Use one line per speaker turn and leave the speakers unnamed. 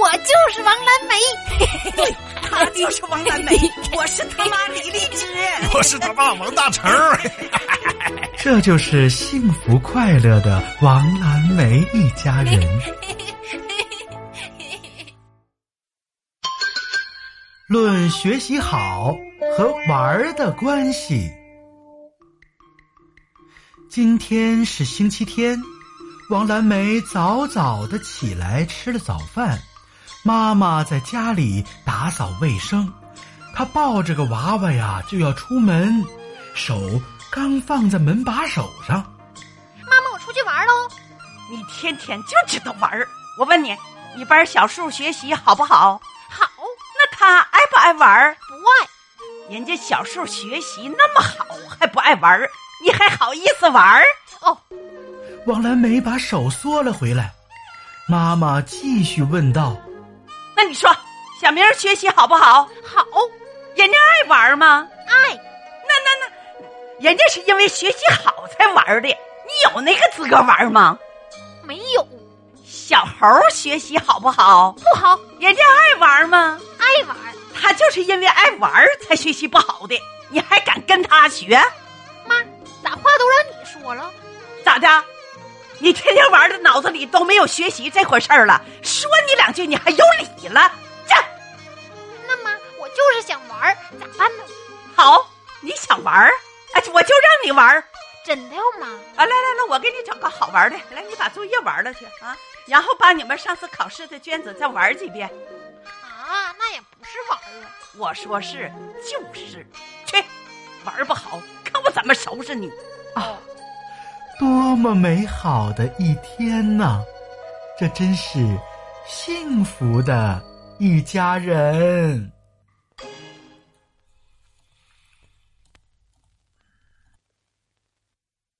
我就是王蓝梅。
对，她就是王蓝梅， 我是他妈李荔枝，
我是他爸王大成儿。
这就是幸福快乐的王蓝梅一家人。论学习好和玩儿的关系。今天是星期天，王蓝梅早早的起来吃了早饭，妈妈在家里打扫卫生，她抱着个娃娃呀就要出门，手刚放在门把手上。
妈妈，我出去玩喽。
你天天就知道玩儿。我问你，你班小树学习好不好？
好，
那他爱不爱玩儿？
不爱。
人家小树学习那么好，还不爱玩儿，你还好意思玩儿？
哦，
王蓝梅把手缩了回来，妈妈继续问道
那你说小明儿学习好不好？
好，
人家爱玩儿吗？
爱。
人家是因为学习好才玩儿的，你有那个资格玩儿吗？
没有，
小猴儿学习好不好？
不好，
人家爱玩儿吗？
爱玩儿。
他就是因为爱玩儿才学习不好的，你还敢跟他学？
妈，咋话都让你说了？
咋的？你天天玩的脑子里都没有学习这回事儿了，说你两句你还有理了？这
那妈，我就是想玩儿，咋办呢？
好，你想玩儿，哎，我就让你玩儿
真的要妈？
啊！来来来，我给你找个好玩儿的，来，你把作业玩了去啊，然后把你们上次考试的卷子再玩儿几遍。
啊，那也不是玩儿啊。
我说是就是，去，玩儿不好，看我怎么收拾你！
哦，：“
多么美好的一天呐、这真是幸福的一家人。”